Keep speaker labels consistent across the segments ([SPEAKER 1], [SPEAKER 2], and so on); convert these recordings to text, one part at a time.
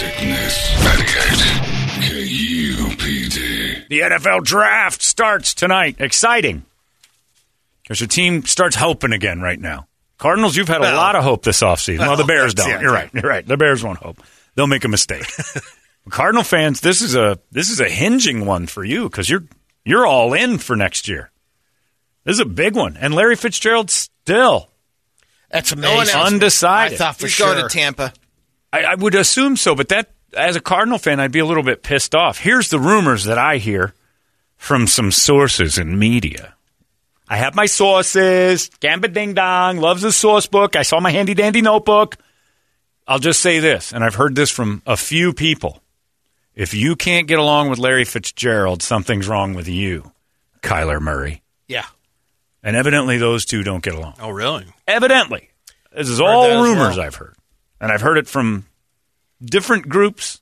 [SPEAKER 1] Darkness. 98 KUPD.
[SPEAKER 2] The NFL draft starts tonight. Exciting. Because your team starts hoping again right now. Cardinals, you've had a
[SPEAKER 3] Well-
[SPEAKER 2] lot of hope this offseason. Well, the
[SPEAKER 3] Well,
[SPEAKER 2] Bears
[SPEAKER 3] that's
[SPEAKER 2] don't.
[SPEAKER 3] it.
[SPEAKER 2] You're right. You're right. The Bears won't hope. They'll make a mistake. Cardinal fans, this is a this is a hinging one for you because you're you're all in for next year. This is a big one. And Larry Fitzgerald still
[SPEAKER 4] That's amazing.
[SPEAKER 3] one else-
[SPEAKER 2] undecided.
[SPEAKER 4] I thought for
[SPEAKER 3] He's
[SPEAKER 4] sure.
[SPEAKER 3] going to Tampa.
[SPEAKER 2] I, I would assume so, but that as a Cardinal fan, I'd be a little bit pissed off. Here's the rumors that I hear from some sources in media. I have my sources. Gamba Ding Dong loves the source book. I saw my handy dandy notebook. I'll just say this, and I've heard this from a few people. If you can't get along with Larry Fitzgerald, something's wrong with you, Kyler Murray.
[SPEAKER 4] yeah.
[SPEAKER 2] And evidently, those two don't get along.
[SPEAKER 3] Oh, really?
[SPEAKER 2] Evidently, this is
[SPEAKER 3] that
[SPEAKER 2] all
[SPEAKER 3] as
[SPEAKER 2] rumors
[SPEAKER 3] well.
[SPEAKER 2] I've heard, and I've heard it from different groups,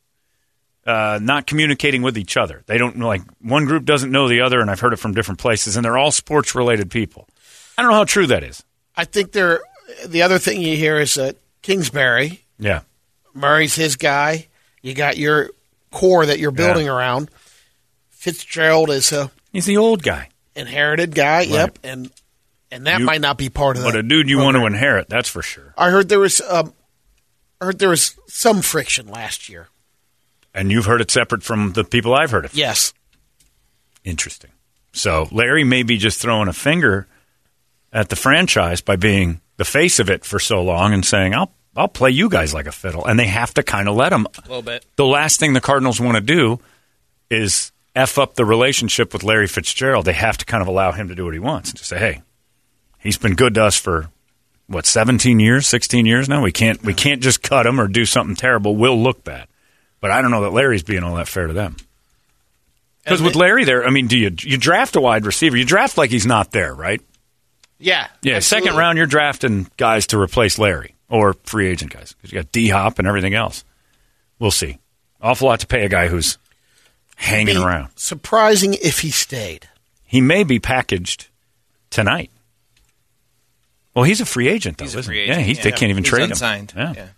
[SPEAKER 2] uh, not communicating with each other. They don't know, like one group doesn't know the other, and I've heard it from different places, and they're all sports related people. I don't know how true that is.
[SPEAKER 4] I think there. The other thing you hear is that Kingsbury
[SPEAKER 2] Yeah,
[SPEAKER 4] Murray's his guy. You got your core that you're building around. Fitzgerald is a
[SPEAKER 2] he's the old guy,
[SPEAKER 4] inherited guy. Yep, and and that
[SPEAKER 2] You-
[SPEAKER 4] might not be part of
[SPEAKER 2] but
[SPEAKER 4] that.
[SPEAKER 2] a dude you want to inherit, that's for sure.
[SPEAKER 4] I heard there was um, I heard there was some friction last year.
[SPEAKER 2] And you've heard it separate from the people I've heard it. from.
[SPEAKER 4] Yes,
[SPEAKER 2] Interesting. So Larry may be just throwing a finger at the franchise by being the face of it for so long and saying, "I'll I'll play you guys like a fiddle," and they have to kind of let him.
[SPEAKER 3] A little bit.
[SPEAKER 2] The last thing the Cardinals want to do is f up the relationship with Larry Fitzgerald. They have to kind of allow him to do what he wants and just say, "Hey, he's been good to us for what 17 years, 16 years now. We can't we can't just cut him or do something terrible. We'll look bad." But I don't know that Larry's being all that fair to them. Because with Larry there, I mean, do you you draft a wide receiver? You draft like he's not there, right?
[SPEAKER 4] yeah,
[SPEAKER 2] Yeah,
[SPEAKER 4] absolutely.
[SPEAKER 2] second round, you're drafting guys to replace Larry or free agent guys because you got D Hop and everything else. We'll see. Awful lot to pay a guy who's hanging
[SPEAKER 4] Be
[SPEAKER 2] around.
[SPEAKER 4] Surprising if he stayed.
[SPEAKER 2] He may be packaged tonight. Well, he's a free agent, though,
[SPEAKER 3] He's a
[SPEAKER 2] isn't
[SPEAKER 3] free
[SPEAKER 2] he?
[SPEAKER 3] agent.
[SPEAKER 2] Yeah, he, they can't even
[SPEAKER 3] He's
[SPEAKER 2] trade
[SPEAKER 3] unsigned.
[SPEAKER 2] him. Yeah,
[SPEAKER 3] Yeah.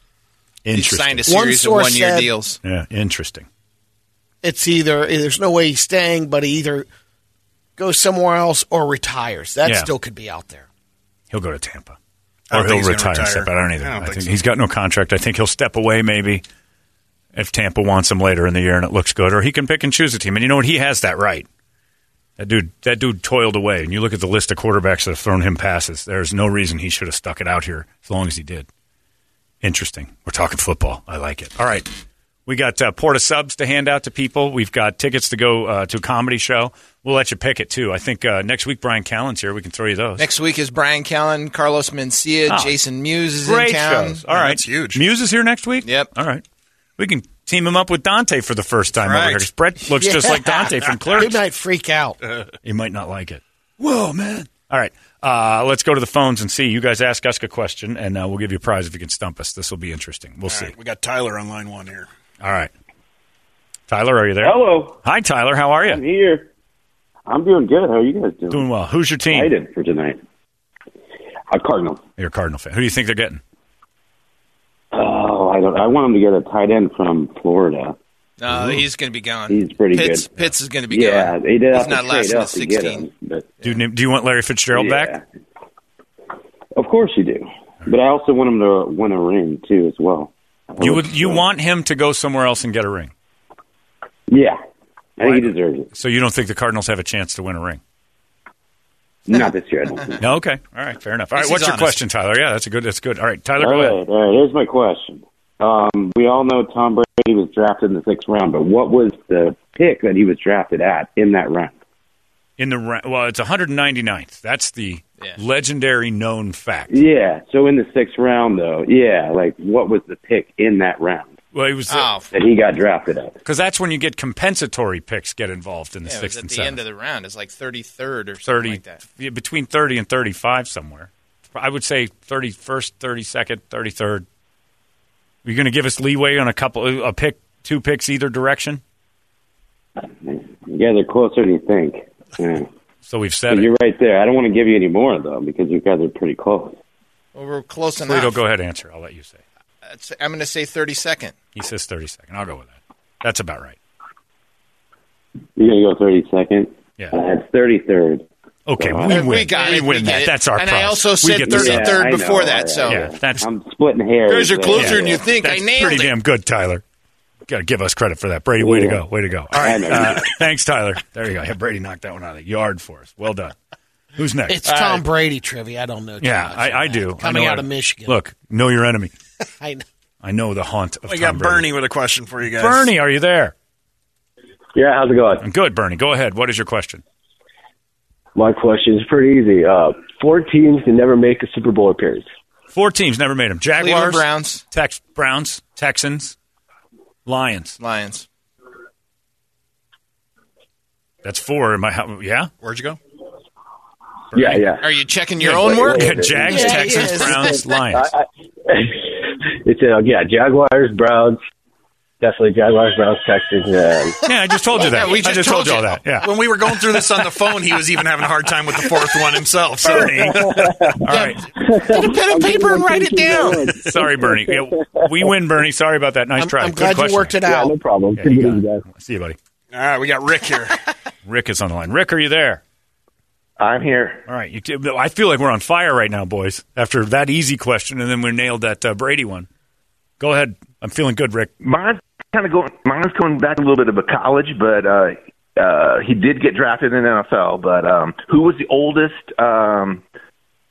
[SPEAKER 3] He
[SPEAKER 2] interesting.
[SPEAKER 3] signed a
[SPEAKER 4] One
[SPEAKER 3] series of
[SPEAKER 4] source
[SPEAKER 3] one-year
[SPEAKER 4] said-
[SPEAKER 3] deals.
[SPEAKER 2] yeah, interesting.
[SPEAKER 4] It's either there's no way he's staying, but he either goes somewhere else or retires. That
[SPEAKER 2] Yeah.
[SPEAKER 4] still could be out there.
[SPEAKER 2] He'll go to Tampa. Or
[SPEAKER 3] I don't
[SPEAKER 2] he'll
[SPEAKER 3] think he's
[SPEAKER 2] retire.
[SPEAKER 3] gonna retire.
[SPEAKER 2] Step out. I don't either.
[SPEAKER 3] I don't
[SPEAKER 2] I
[SPEAKER 3] think
[SPEAKER 2] think
[SPEAKER 3] so.
[SPEAKER 2] he's got no contract. I think he'll step away maybe if Tampa wants him later in the year and it looks good, or he can pick and choose a team. And you know what? He has that right. That dude, that dude toiled away. And you look at the list of quarterbacks that have thrown him passes. There's no reason he should have stuck it out here as long as he did. Interesting. We're talking football. I like it. All right. We got uh, porta subs to hand out to people. We've got tickets to go uh, to a comedy show. We'll let you pick it too. I think uh, next week Brian Callen's here. We can throw you those.
[SPEAKER 3] Next week is Brian Callen, Carlos Mencia,
[SPEAKER 2] Oh.
[SPEAKER 3] Jason Mewes is
[SPEAKER 2] Great
[SPEAKER 3] in town.
[SPEAKER 2] shows. All right,
[SPEAKER 5] that's huge.
[SPEAKER 2] Muse is here next week.
[SPEAKER 3] Yep.
[SPEAKER 2] All right, we can team him up with Dante for the first time
[SPEAKER 5] Right.
[SPEAKER 2] over here. 'cause Brett looks just like Dante from
[SPEAKER 4] He
[SPEAKER 2] Clerks.
[SPEAKER 4] might freak out.
[SPEAKER 5] Uh,
[SPEAKER 2] He might not like it. Whoa, man! All right, uh, let's go to the phones and see. You guys ask us a question, and uh, we'll give you a prize if you can stump us. This will be interesting. We'll see.
[SPEAKER 5] All right, we got Tyler on line one here.
[SPEAKER 2] All right, Tyler, are you there?
[SPEAKER 6] Hello,
[SPEAKER 2] Hi, Tyler. How are
[SPEAKER 6] I'm
[SPEAKER 2] you?
[SPEAKER 6] here. I'm doing good. How are you guys doing?
[SPEAKER 2] Doing well. Who's your team?
[SPEAKER 6] Excited for tonight. A Cardinal.
[SPEAKER 2] You're a Cardinal fan. Who do you think they're getting?
[SPEAKER 6] Oh, I don't. I want him to get a tight end from Florida.
[SPEAKER 3] No, he's going to be gone.
[SPEAKER 6] He's pretty
[SPEAKER 3] Pitts,
[SPEAKER 6] good.
[SPEAKER 3] Pitts is going to be
[SPEAKER 6] yeah,
[SPEAKER 3] gone.
[SPEAKER 6] they did
[SPEAKER 3] He's
[SPEAKER 6] have
[SPEAKER 3] not
[SPEAKER 6] to
[SPEAKER 3] lasting
[SPEAKER 6] trade
[SPEAKER 3] to
[SPEAKER 6] up to get
[SPEAKER 3] 16.
[SPEAKER 6] him. But
[SPEAKER 2] Do you, do you want Larry Fitzgerald
[SPEAKER 6] yeah.
[SPEAKER 2] back?
[SPEAKER 6] Of course you do. But I also want him to win a ring too, as well.
[SPEAKER 2] You would. You want him to go somewhere else and get a ring.
[SPEAKER 6] Yeah, I think he deserves it.
[SPEAKER 2] So you don't think the Cardinals have a chance to win a ring?
[SPEAKER 6] Not this year. I don't think.
[SPEAKER 2] No, okay. All right, fair enough. All right,
[SPEAKER 3] This
[SPEAKER 2] what's
[SPEAKER 3] is
[SPEAKER 2] your
[SPEAKER 3] honest.
[SPEAKER 2] question, Tyler? Yeah, that's a good. That's good. All right, Tyler,
[SPEAKER 6] All
[SPEAKER 2] go
[SPEAKER 6] right,
[SPEAKER 2] ahead.
[SPEAKER 6] all right. Here's my question. Um, we all know Tom Brady was drafted in the sixth round, but what was the pick that he was drafted at in that round?
[SPEAKER 2] In the ra- well, it's 199th. That's the
[SPEAKER 3] Yeah.
[SPEAKER 2] legendary known fact.
[SPEAKER 6] Yeah. So in the sixth round, though, yeah, like what was the pick in that round
[SPEAKER 2] Well, it was
[SPEAKER 3] Oh,
[SPEAKER 2] because
[SPEAKER 3] f-
[SPEAKER 6] that he got drafted at?
[SPEAKER 2] that's when you get compensatory picks get involved in the
[SPEAKER 3] yeah, it was
[SPEAKER 2] sixth
[SPEAKER 3] at
[SPEAKER 2] and
[SPEAKER 3] the
[SPEAKER 2] seventh.
[SPEAKER 3] end of the round. It's like 33rd or something
[SPEAKER 2] 30
[SPEAKER 3] like that.
[SPEAKER 2] yeah, between 30 and 35 somewhere. I would say 31st, 32nd, 33rd. You're going to give us leeway on a couple, a pick, two picks either direction.
[SPEAKER 6] You guys are closer than you think. Yeah.
[SPEAKER 2] So we've
[SPEAKER 6] But
[SPEAKER 2] said it.
[SPEAKER 6] you're right there. I don't want to give you any more though, because you guys are pretty close.
[SPEAKER 3] Well, we're close enough.
[SPEAKER 2] Pluto, go ahead, answer. I'll let you say.
[SPEAKER 3] that's- I'm going to say 32nd.
[SPEAKER 2] He says 32nd. I'll go with that. That's about right.
[SPEAKER 6] You're going to go thirty second.
[SPEAKER 2] Yeah.
[SPEAKER 6] Uh, it's thirty third.
[SPEAKER 2] Okay,
[SPEAKER 6] Uh,
[SPEAKER 2] we
[SPEAKER 3] we
[SPEAKER 2] win.
[SPEAKER 3] got
[SPEAKER 2] we
[SPEAKER 3] it.
[SPEAKER 2] win
[SPEAKER 3] We
[SPEAKER 2] that.
[SPEAKER 3] get it.
[SPEAKER 2] That's our
[SPEAKER 3] And I
[SPEAKER 2] prize.
[SPEAKER 3] also
[SPEAKER 2] We
[SPEAKER 3] said
[SPEAKER 2] get the
[SPEAKER 3] 30
[SPEAKER 2] same.
[SPEAKER 3] Yeah. third before that, so-
[SPEAKER 2] Yeah, that's-
[SPEAKER 6] I'm splitting hairs.
[SPEAKER 3] Guys are
[SPEAKER 6] but,
[SPEAKER 3] closer than
[SPEAKER 6] yeah.
[SPEAKER 3] you think.
[SPEAKER 2] That's
[SPEAKER 3] I nailed
[SPEAKER 2] pretty
[SPEAKER 3] it.
[SPEAKER 2] damn good, Tyler. Got to give us credit for that, Brady. Way to
[SPEAKER 6] Yeah.
[SPEAKER 2] go, way to go. All right,
[SPEAKER 6] know.
[SPEAKER 2] uh, thanks, Tyler. There you go. Yeah, Brady knocked that one out of the yard for us. Well done. Who's next?
[SPEAKER 4] It's Tom Brady trivia. I don't know. too
[SPEAKER 2] yeah,
[SPEAKER 4] much
[SPEAKER 2] I,
[SPEAKER 4] on
[SPEAKER 2] I
[SPEAKER 4] that.
[SPEAKER 2] do. I
[SPEAKER 4] Coming
[SPEAKER 2] know
[SPEAKER 4] out
[SPEAKER 2] it.
[SPEAKER 4] of Michigan.
[SPEAKER 2] Look, know your enemy.
[SPEAKER 4] I know.
[SPEAKER 2] I know the haunt of
[SPEAKER 5] We
[SPEAKER 2] Tom
[SPEAKER 5] got
[SPEAKER 2] Brady.
[SPEAKER 5] Bernie with a question for you guys.
[SPEAKER 2] Bernie, are you there?
[SPEAKER 1] Yeah, how's it going?
[SPEAKER 2] I'm good, Bernie. Go ahead. What is your question?
[SPEAKER 1] My question is pretty easy. Uh, four teams can never make a Super Bowl appearance.
[SPEAKER 2] Four teams never made them:
[SPEAKER 3] Cleveland
[SPEAKER 2] Jaguars,
[SPEAKER 3] Browns,
[SPEAKER 2] Tex- Browns, Texans, Lions.
[SPEAKER 3] Lions.
[SPEAKER 2] That's four in my house. Yeah,
[SPEAKER 5] Where'd you go?
[SPEAKER 1] Yeah, yeah.
[SPEAKER 3] Are you checking your own work?
[SPEAKER 1] Yeah,
[SPEAKER 2] Jags,
[SPEAKER 4] yeah,
[SPEAKER 2] Texans,
[SPEAKER 4] yes.
[SPEAKER 2] Browns, Lions.
[SPEAKER 1] I, I, it's uh, yeah, Jaguars, Browns, definitely Jaguars, Browns, Texans. and
[SPEAKER 2] Yeah, I just told you that.
[SPEAKER 3] Yeah, we just
[SPEAKER 2] I just told
[SPEAKER 3] told
[SPEAKER 2] you all
[SPEAKER 3] you.
[SPEAKER 2] that. Yeah.
[SPEAKER 5] When we were going through this on the phone, he was even having a hard time with the fourth one himself. So
[SPEAKER 2] All right.
[SPEAKER 4] Get a pen and paper and write it down.
[SPEAKER 2] Sorry, Bernie. Yeah, we win, Bernie. Sorry about that. Nice
[SPEAKER 4] I'm,
[SPEAKER 2] try.
[SPEAKER 4] I'm
[SPEAKER 2] Good
[SPEAKER 4] glad
[SPEAKER 2] question.
[SPEAKER 4] you worked it
[SPEAKER 1] yeah,
[SPEAKER 4] out.
[SPEAKER 1] no problem.
[SPEAKER 2] Yeah, you
[SPEAKER 1] Good
[SPEAKER 2] got
[SPEAKER 1] evening,
[SPEAKER 2] it.
[SPEAKER 1] guys.
[SPEAKER 2] See you, buddy.
[SPEAKER 5] all right, we got Rick here.
[SPEAKER 2] Rick is on the line. Rick, are you there?
[SPEAKER 1] I'm here.
[SPEAKER 2] All right. You, I feel like we're on fire right now, boys. After that easy question, and then we nailed that uh, Brady one. Go ahead. I'm feeling good, Rick.
[SPEAKER 7] Mine's kind of going. Mine's going back a little bit of a college, but uh, uh, he did get drafted in the NFL. But um, who was the oldest um,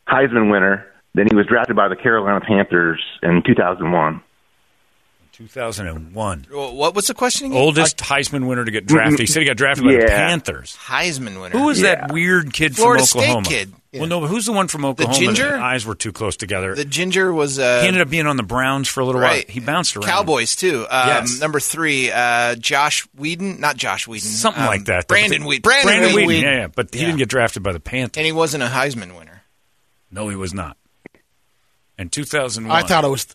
[SPEAKER 7] Heisman winner? Then he was drafted by the Carolina Panthers in 2001.
[SPEAKER 2] 2001.
[SPEAKER 3] What was the question again?
[SPEAKER 2] Oldest Heisman winner to get drafted. He said he got drafted by the
[SPEAKER 7] Yeah.
[SPEAKER 2] Panthers.
[SPEAKER 3] Heisman winner.
[SPEAKER 2] Who was
[SPEAKER 7] Yeah.
[SPEAKER 2] that weird kid
[SPEAKER 3] Florida
[SPEAKER 2] from
[SPEAKER 3] State
[SPEAKER 2] Oklahoma?
[SPEAKER 3] kid.
[SPEAKER 2] Well, no, but who's the one from Oklahoma? that
[SPEAKER 3] ginger?
[SPEAKER 2] eyes were too close together.
[SPEAKER 3] The ginger was uh,
[SPEAKER 2] he ended up being on the Browns for a little
[SPEAKER 3] right.
[SPEAKER 2] while. He bounced around.
[SPEAKER 3] Cowboys too. Um,
[SPEAKER 2] Yes.
[SPEAKER 3] Number three, uh, Josh Whedon, not Josh Whedon,
[SPEAKER 2] something
[SPEAKER 3] um,
[SPEAKER 2] like that.
[SPEAKER 3] Brandon
[SPEAKER 2] The-
[SPEAKER 3] Whedon.
[SPEAKER 2] Brandon, Whedon.
[SPEAKER 4] Whedon.
[SPEAKER 2] Yeah, yeah, but he didn't get drafted by the Panthers.
[SPEAKER 3] and he wasn't a Heisman winner.
[SPEAKER 2] No, he was not. In 2001,
[SPEAKER 4] I thought it was.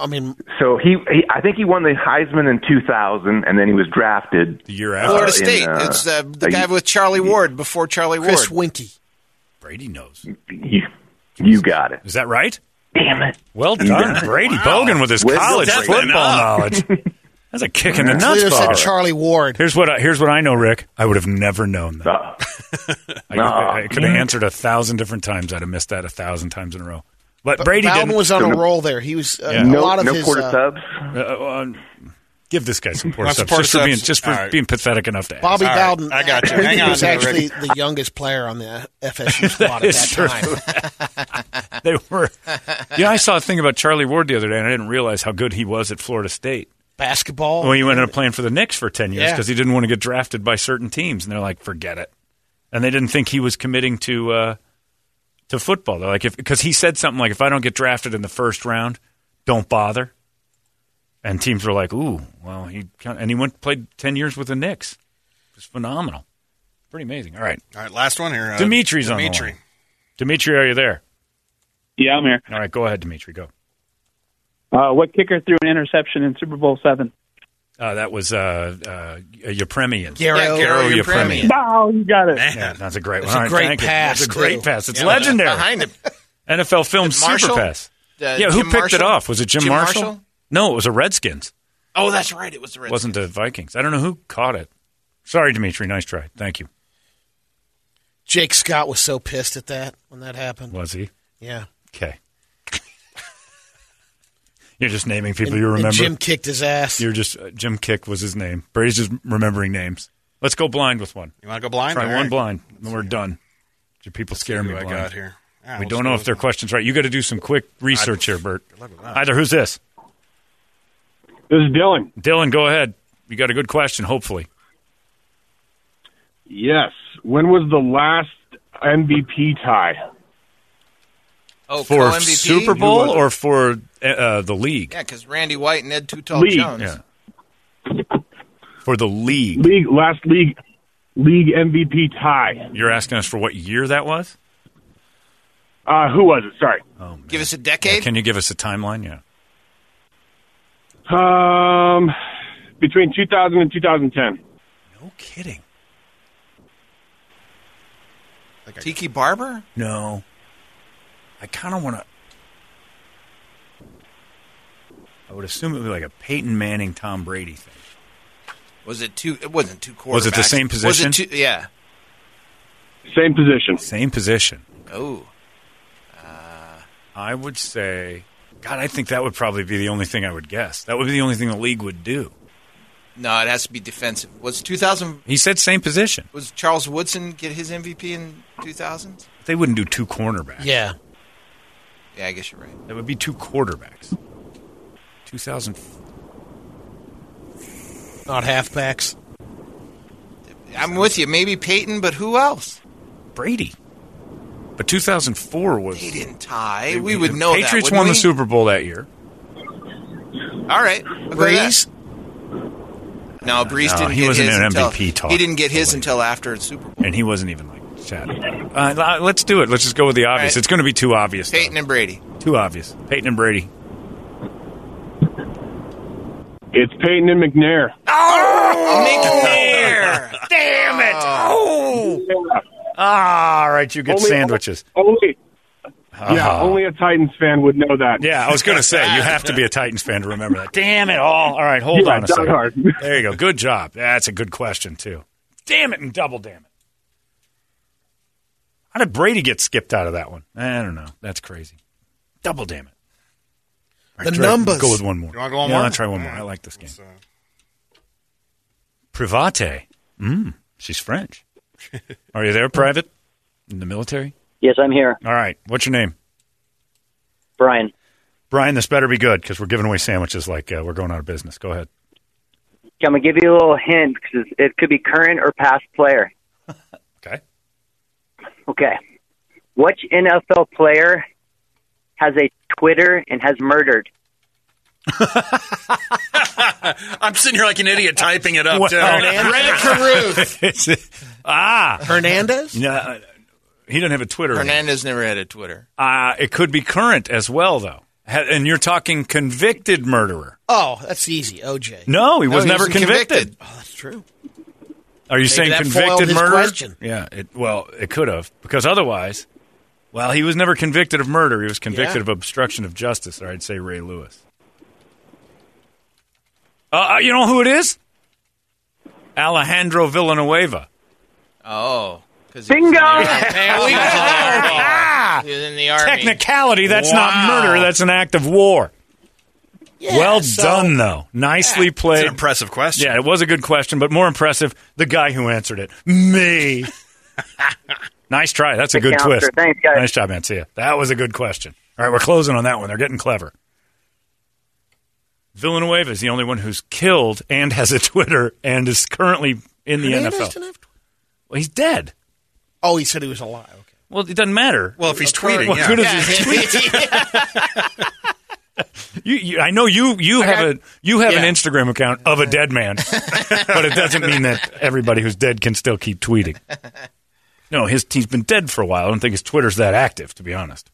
[SPEAKER 4] I mean,
[SPEAKER 7] So he, he, I think he won the Heisman in 2000, and then he was drafted.
[SPEAKER 2] the year after,
[SPEAKER 3] Florida
[SPEAKER 7] in,
[SPEAKER 3] State.
[SPEAKER 7] uh,
[SPEAKER 3] it's uh, the
[SPEAKER 7] are
[SPEAKER 3] guy
[SPEAKER 7] you-
[SPEAKER 3] with Charlie Ward before Charlie Ward.
[SPEAKER 4] Chris Winky.
[SPEAKER 2] Brady knows.
[SPEAKER 7] You, you got it.
[SPEAKER 2] Is that right?
[SPEAKER 7] Damn it.
[SPEAKER 2] Well done, Brady Bogan, with his
[SPEAKER 7] Well
[SPEAKER 2] college
[SPEAKER 5] done.
[SPEAKER 2] football
[SPEAKER 5] Up.
[SPEAKER 2] knowledge. That's a kick in the nuts.
[SPEAKER 4] Leader
[SPEAKER 2] Bob.
[SPEAKER 4] said Charlie Ward.
[SPEAKER 2] Here's what I, here's what I know, Rick. I would have never known that.
[SPEAKER 7] Uh,
[SPEAKER 2] I, I- I could have answered a thousand different times. I'd have missed that a thousand times in a row. But Brady
[SPEAKER 4] Bowden
[SPEAKER 2] didn't.
[SPEAKER 4] was on a roll there. He was uh,
[SPEAKER 2] Yeah.
[SPEAKER 4] a
[SPEAKER 2] No-
[SPEAKER 4] lot of
[SPEAKER 7] no
[SPEAKER 4] his.
[SPEAKER 7] quarter
[SPEAKER 4] uh,
[SPEAKER 7] subs.
[SPEAKER 2] uh, uh, give this guy some poor
[SPEAKER 5] Want some
[SPEAKER 2] subs
[SPEAKER 5] poor
[SPEAKER 2] just for being
[SPEAKER 5] subs?
[SPEAKER 2] just for
[SPEAKER 5] All right.
[SPEAKER 2] being pathetic enough to ask.
[SPEAKER 4] Bobby
[SPEAKER 5] All right,
[SPEAKER 4] Bowden.
[SPEAKER 5] I got you.
[SPEAKER 4] He
[SPEAKER 5] Hang on
[SPEAKER 4] was
[SPEAKER 5] there, Rick.
[SPEAKER 4] actually the youngest player on the FSU squad at
[SPEAKER 2] is
[SPEAKER 4] that
[SPEAKER 2] true.
[SPEAKER 4] time.
[SPEAKER 2] They were. Yeah, I saw a thing about Charlie Ward the other day, and I didn't realize how good he was at Florida State.
[SPEAKER 4] Basketball.
[SPEAKER 2] Well, he went up playing for the Knicks for 10 years
[SPEAKER 4] Yeah.
[SPEAKER 2] because he didn't want to get drafted by certain teams. And they're like, forget it. And they didn't think he was committing to uh, to football. They're like, because he said something like, if I don't get drafted in the first round, don't bother. And teams were like, ooh, well, he kind and he went played 10 years with the Knicks. It was phenomenal. Pretty amazing. All right.
[SPEAKER 5] All right, last one here. Uh,
[SPEAKER 2] Dimitri's on the
[SPEAKER 5] Dimitri.
[SPEAKER 2] line. Dimitri, are you there?
[SPEAKER 8] Yeah, I'm here.
[SPEAKER 2] All right, go ahead, Dimitri. Go.
[SPEAKER 8] Uh, what kicker threw an interception in Super Bowl seven?
[SPEAKER 2] Uh, that was uh, uh, Yepremian.
[SPEAKER 4] Gary
[SPEAKER 3] Yeah,
[SPEAKER 2] Garo
[SPEAKER 3] Garo
[SPEAKER 2] Yepremian.
[SPEAKER 3] Yepremian.
[SPEAKER 8] Oh, you got it.
[SPEAKER 2] Yeah, that's a great
[SPEAKER 4] It's
[SPEAKER 2] one.
[SPEAKER 4] a
[SPEAKER 2] All right,
[SPEAKER 4] great
[SPEAKER 2] thank you.
[SPEAKER 4] pass,
[SPEAKER 2] That's a great
[SPEAKER 4] too.
[SPEAKER 2] pass. It's
[SPEAKER 3] Yeah,
[SPEAKER 2] legendary.
[SPEAKER 3] Behind him.
[SPEAKER 2] NFL film super
[SPEAKER 3] Marshall?
[SPEAKER 2] pass.
[SPEAKER 3] Uh,
[SPEAKER 2] yeah, who
[SPEAKER 3] Jim
[SPEAKER 2] picked it
[SPEAKER 3] Marshall?
[SPEAKER 2] off? Was it Jim,
[SPEAKER 3] Jim
[SPEAKER 2] Marshall?
[SPEAKER 3] Marshall?
[SPEAKER 2] No, it was a Redskins.
[SPEAKER 3] Oh, that's right. It was the
[SPEAKER 2] It
[SPEAKER 3] Redskins.
[SPEAKER 2] wasn't the Vikings. I don't know who caught it. Sorry, Dimitri. Nice try. Thank you.
[SPEAKER 4] Jake Scott was so pissed at that when that happened.
[SPEAKER 2] Was he?
[SPEAKER 4] Yeah.
[SPEAKER 2] Okay. You're just naming people
[SPEAKER 4] And,
[SPEAKER 2] you remember.
[SPEAKER 4] and Jim kicked his ass.
[SPEAKER 2] You're just uh, Jim Kick was his name. Brady's just remembering names. Let's go blind with one.
[SPEAKER 5] You want to go blind?
[SPEAKER 2] Try
[SPEAKER 5] All
[SPEAKER 2] one
[SPEAKER 5] right.
[SPEAKER 2] blind, and we're done. Your people scare
[SPEAKER 5] Who
[SPEAKER 2] me.
[SPEAKER 5] I
[SPEAKER 2] blind.
[SPEAKER 5] got here. All right,
[SPEAKER 2] We
[SPEAKER 5] we'll
[SPEAKER 2] don't
[SPEAKER 5] just
[SPEAKER 2] know
[SPEAKER 5] go
[SPEAKER 2] if
[SPEAKER 5] with-
[SPEAKER 2] their question's right. You got to do some quick research here, Bert.
[SPEAKER 5] luck with that.
[SPEAKER 2] Either who's this?
[SPEAKER 8] This is Dylan.
[SPEAKER 2] Dylan, go ahead. You got a good question, hopefully.
[SPEAKER 8] Yes. When was the last MVP tie?
[SPEAKER 3] oh,
[SPEAKER 2] For
[SPEAKER 3] co-MVP?
[SPEAKER 2] Super Bowl or for uh, uh, the league?
[SPEAKER 3] Yeah, because Randy White and Ed Tutal
[SPEAKER 8] Lee.
[SPEAKER 3] Jones.
[SPEAKER 2] Yeah. For the league.
[SPEAKER 8] League last league league MVP tie.
[SPEAKER 2] You're asking us for what year that was?
[SPEAKER 8] Uh, who was it? Sorry.
[SPEAKER 3] Give us a
[SPEAKER 2] Yeah,
[SPEAKER 3] decade.
[SPEAKER 2] Can you give us a timeline? Yeah.
[SPEAKER 8] Um, between 2000 and 2010.
[SPEAKER 2] No kidding.
[SPEAKER 3] Tiki Barber.
[SPEAKER 2] No. I kind of want to. I would assume it would be like a Peyton Manning, Tom Brady thing.
[SPEAKER 3] Was it two? It wasn't two quarterbacks.
[SPEAKER 2] Was it the same position?
[SPEAKER 3] Was it two? Yeah.
[SPEAKER 9] Same position.
[SPEAKER 2] Same position.
[SPEAKER 3] Oh,
[SPEAKER 2] I would say, God, I think that would probably be the only thing I would guess. That would be the only thing the league would do.
[SPEAKER 3] no, it has to be defensive. Was 2000?
[SPEAKER 2] He said same position.
[SPEAKER 3] Was Charles Woodson get his MVP in 2000?
[SPEAKER 2] They wouldn't do two cornerbacks.
[SPEAKER 4] Yeah.
[SPEAKER 3] Yeah, I guess you're right.
[SPEAKER 2] That would be two quarterbacks. 2000.
[SPEAKER 4] Not halfbacks.
[SPEAKER 3] I'm with you. Maybe Peyton, but who else?
[SPEAKER 2] Brady. But 2004 was.
[SPEAKER 3] They didn't tie. we would know that,
[SPEAKER 2] Patriots
[SPEAKER 3] wouldn't
[SPEAKER 2] won
[SPEAKER 3] we?
[SPEAKER 2] the Super Bowl that year.
[SPEAKER 3] All right. I'll go with
[SPEAKER 4] Breeze?
[SPEAKER 3] that. No, Breeze
[SPEAKER 2] No,
[SPEAKER 3] didn't.
[SPEAKER 2] he
[SPEAKER 3] get
[SPEAKER 2] wasn't
[SPEAKER 3] his
[SPEAKER 2] an
[SPEAKER 3] until,
[SPEAKER 2] MVP talk.
[SPEAKER 3] He didn't get his until after the Super Bowl.
[SPEAKER 2] And he wasn't even like chatting. Uh, l- let's do it. Let's just go with the obvious.
[SPEAKER 3] right.
[SPEAKER 2] It's going to be too obvious. though.
[SPEAKER 3] Peyton and Brady.
[SPEAKER 2] Too obvious. Peyton and Brady.
[SPEAKER 9] It's Peyton and McNair.
[SPEAKER 3] Oh! McNair.
[SPEAKER 2] Damn it! Oh! All right, you get
[SPEAKER 9] Only-
[SPEAKER 2] sandwiches.
[SPEAKER 9] Only, yeah,
[SPEAKER 2] Ah.
[SPEAKER 9] only a Titans fan would know that.
[SPEAKER 2] Yeah, I was going to say you have to be a Titans fan to remember that. Damn it all! All right, hold
[SPEAKER 9] Yeah,
[SPEAKER 2] on a second.
[SPEAKER 9] diehard.
[SPEAKER 2] There you go. Good job. That's a good question too. Damn it and double damn it. How did Brady get skipped out of that one? I don't know. That's crazy. Double damn it. All
[SPEAKER 4] The
[SPEAKER 2] try-
[SPEAKER 4] numbers.
[SPEAKER 2] Go with one more.
[SPEAKER 5] You wanna go one
[SPEAKER 2] yeah,
[SPEAKER 5] more?
[SPEAKER 2] I'll try one more. I like this game.
[SPEAKER 5] uh,
[SPEAKER 2] Private. Mm, she's French. Are you there, Private? In the military?
[SPEAKER 10] Yes, I'm here,
[SPEAKER 2] All right. What's your name?
[SPEAKER 10] Brian.
[SPEAKER 2] Brian, this better be good because we're giving away sandwiches like uh, we're going out of business. Go ahead.
[SPEAKER 10] I'm gonna give you a little hint because it could be current or past player.
[SPEAKER 2] Okay.
[SPEAKER 10] Okay, which NFL player has a Twitter and has murdered?
[SPEAKER 5] I'm sitting here like an idiot typing it up.
[SPEAKER 2] Well,
[SPEAKER 5] too.
[SPEAKER 2] It's- ah,
[SPEAKER 4] Hernandez?
[SPEAKER 2] no, uh, he doesn't have a Twitter.
[SPEAKER 3] Hernandez never had a Twitter.
[SPEAKER 2] Uh, it could be current as well, though. Ha- And you're talking convicted murderer.
[SPEAKER 4] Oh, that's easy. OJ.
[SPEAKER 2] No, he was
[SPEAKER 3] he
[SPEAKER 2] never
[SPEAKER 3] wasn't
[SPEAKER 2] convicted.
[SPEAKER 4] Oh, that's true.
[SPEAKER 2] Are you saying
[SPEAKER 4] that foiled
[SPEAKER 2] convicted
[SPEAKER 4] his
[SPEAKER 2] murder?
[SPEAKER 4] question.
[SPEAKER 2] Yeah. It, well, it could have because otherwise, well, he was never convicted of murder. He was convicted
[SPEAKER 4] Yeah.
[SPEAKER 2] of obstruction of justice, or I'd say Ray Lewis. Uh, uh, you know who it is? Alejandro Villanueva.
[SPEAKER 3] Oh, because
[SPEAKER 10] Bingo!
[SPEAKER 3] he was in the army.
[SPEAKER 2] Technicality. That's not murder. That's an act of war. well done, though. Nicely
[SPEAKER 5] It's
[SPEAKER 2] played.
[SPEAKER 5] an impressive question.
[SPEAKER 2] Yeah, it was a good question, but more impressive, the guy who answered it. Me. nice try. That's a
[SPEAKER 10] Good
[SPEAKER 2] good
[SPEAKER 10] answer.
[SPEAKER 2] twist.
[SPEAKER 10] Thanks, guys.
[SPEAKER 2] Nice job, man. See ya. That was a good question. All right, we're closing on that one. They're getting clever. Villanueva is the only one who's killed and has a Twitter and is currently in the
[SPEAKER 4] Hernandez
[SPEAKER 2] NFL.
[SPEAKER 4] didn't have Twitter.
[SPEAKER 2] Well, he's dead.
[SPEAKER 4] Oh, he said he was alive. Okay.
[SPEAKER 2] Well, it doesn't matter.
[SPEAKER 5] Well, if he's tweeting,
[SPEAKER 2] Well,
[SPEAKER 5] yeah.
[SPEAKER 2] who does his You, you, I know you. You have a you have
[SPEAKER 4] yeah.
[SPEAKER 2] an Instagram account of a dead man, but it doesn't mean that everybody who's dead can still keep tweeting. No, his he's been dead for a while. I don't think his Twitter's that active, to be honest.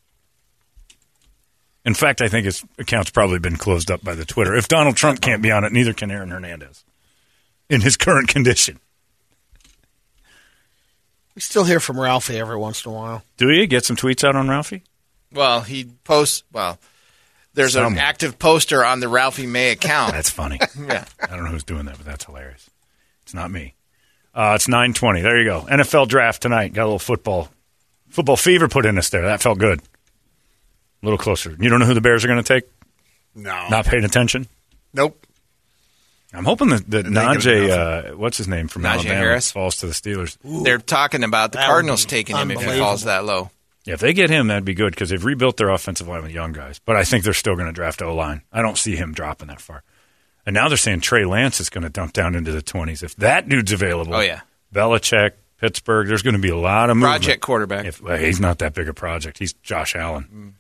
[SPEAKER 2] In fact, I think his account's probably been closed up by the Twitter. If Donald Trump can't be on it, neither can Aaron Hernandez in his current condition.
[SPEAKER 4] We still hear from Ralphie every once in a while.
[SPEAKER 2] Do you get some tweets out on Ralphie?
[SPEAKER 3] Well, he posts. Well, there's an
[SPEAKER 2] Some.
[SPEAKER 3] active poster on the Ralphie May account.
[SPEAKER 2] That's funny.
[SPEAKER 3] yeah.
[SPEAKER 2] I don't know who's doing that, but that's hilarious. It's not me. Uh, it's nine twenty. There you go. NFL draft tonight. Got a little football, football fever put in us there. That felt good. A little closer. You don't know who the Bears are going to take.
[SPEAKER 5] No.
[SPEAKER 2] Not paying attention.
[SPEAKER 5] Nope.
[SPEAKER 2] I'm hoping that, that
[SPEAKER 5] gonna do
[SPEAKER 2] Najee, uh, what's his name from
[SPEAKER 3] Najee
[SPEAKER 2] Alabama,
[SPEAKER 3] Harris?
[SPEAKER 2] falls to the Steelers.
[SPEAKER 3] They're talking about the
[SPEAKER 4] That would
[SPEAKER 3] Cardinals
[SPEAKER 4] be
[SPEAKER 3] taking him if he
[SPEAKER 4] unbelievable.
[SPEAKER 3] falls that low.
[SPEAKER 2] Yeah, if they get him, that'd be good because they've rebuilt their offensive line with young guys. But I think they're still going to draft O line. I don't see him dropping that far. And now they're saying Trey Lance is going to dump down into the twenties if that dude's available.
[SPEAKER 3] Oh, yeah.
[SPEAKER 2] Belichick, Pittsburgh. There's going to be a lot of movement.
[SPEAKER 3] Project quarterback.
[SPEAKER 2] If well, he's not that big a project, he's Josh Allen.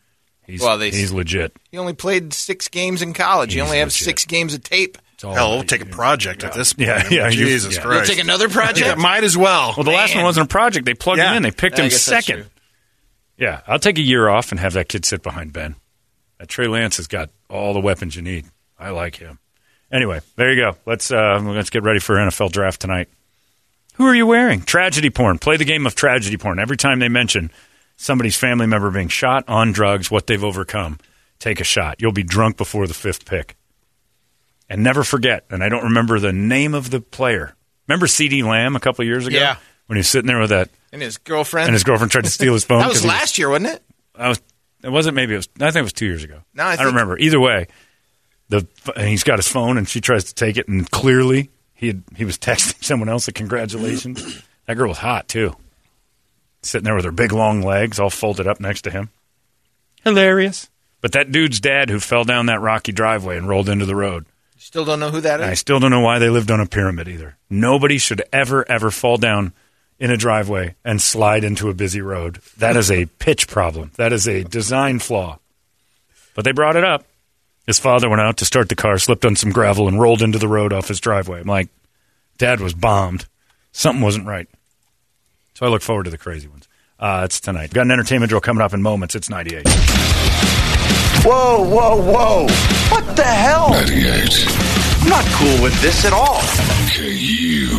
[SPEAKER 2] He's
[SPEAKER 3] Mm. Well, they-
[SPEAKER 2] he's legit.
[SPEAKER 3] He only played six games in college. You
[SPEAKER 2] He's
[SPEAKER 3] only have
[SPEAKER 2] legit.
[SPEAKER 3] six games of tape.
[SPEAKER 2] It's all-
[SPEAKER 5] Hell, we'll take a project at this point.
[SPEAKER 2] Yeah,
[SPEAKER 5] I mean,
[SPEAKER 2] yeah, you-
[SPEAKER 5] Jesus
[SPEAKER 2] yeah.
[SPEAKER 5] Christ.
[SPEAKER 3] Take another
[SPEAKER 5] yeah,
[SPEAKER 3] project.
[SPEAKER 5] might as well.
[SPEAKER 2] Well, the last one wasn't a project. They plugged him
[SPEAKER 5] Yeah.
[SPEAKER 2] in. They picked
[SPEAKER 3] I
[SPEAKER 2] him
[SPEAKER 3] guess that's
[SPEAKER 2] second.
[SPEAKER 3] true.
[SPEAKER 2] Yeah, I'll take a year off and have that kid sit behind Ben. That Trey Lance has got all the weapons you need. I like him. Anyway, there you go. Let's uh, let's get ready for NFL draft tonight. Who are you wearing? Tragedy porn. Play the game of tragedy porn. Every time they mention somebody's family member being shot on drugs, what they've overcome, take a shot. You'll be drunk before the fifth pick. and never forget. And I don't remember the name of the player. Remember C.D. Lamb a couple of years ago?
[SPEAKER 3] Yeah.
[SPEAKER 2] When he was sitting there with that,
[SPEAKER 3] And his girlfriend.
[SPEAKER 2] and his girlfriend tried to steal his phone.
[SPEAKER 3] That
[SPEAKER 2] 'cause
[SPEAKER 3] was
[SPEAKER 2] he
[SPEAKER 3] last year, wasn't it?
[SPEAKER 2] I was. It wasn't. Maybe it was. I think it was two years ago.
[SPEAKER 3] No, I
[SPEAKER 2] don't
[SPEAKER 3] think-
[SPEAKER 2] remember. Either way, the and he's got his phone, and she tries to take it, and clearly he had, he was texting someone else. A congratulations. that girl was hot too, sitting there with her big long legs all folded up next to him. Hilarious. But that dude's dad who fell down that rocky driveway and rolled into the road.
[SPEAKER 3] Still don't know who that
[SPEAKER 2] And I
[SPEAKER 3] is.
[SPEAKER 2] still don't know why they lived on a pyramid either. Nobody should ever, ever fall down in a driveway and slide into a busy road. That is a pitch problem. That is a design flaw. But they brought it up. His father went out to start the car, slipped on some gravel, and rolled into the road off his driveway. I'm like, Dad was bombed. Something wasn't right. So I look forward to the crazy ones. Uh, it's tonight. Got an entertainment drill coming up in moments. It's 98.
[SPEAKER 11] Whoa, whoa, whoa. What the hell?
[SPEAKER 12] 98.
[SPEAKER 11] I'm not cool with this at all.
[SPEAKER 12] KU.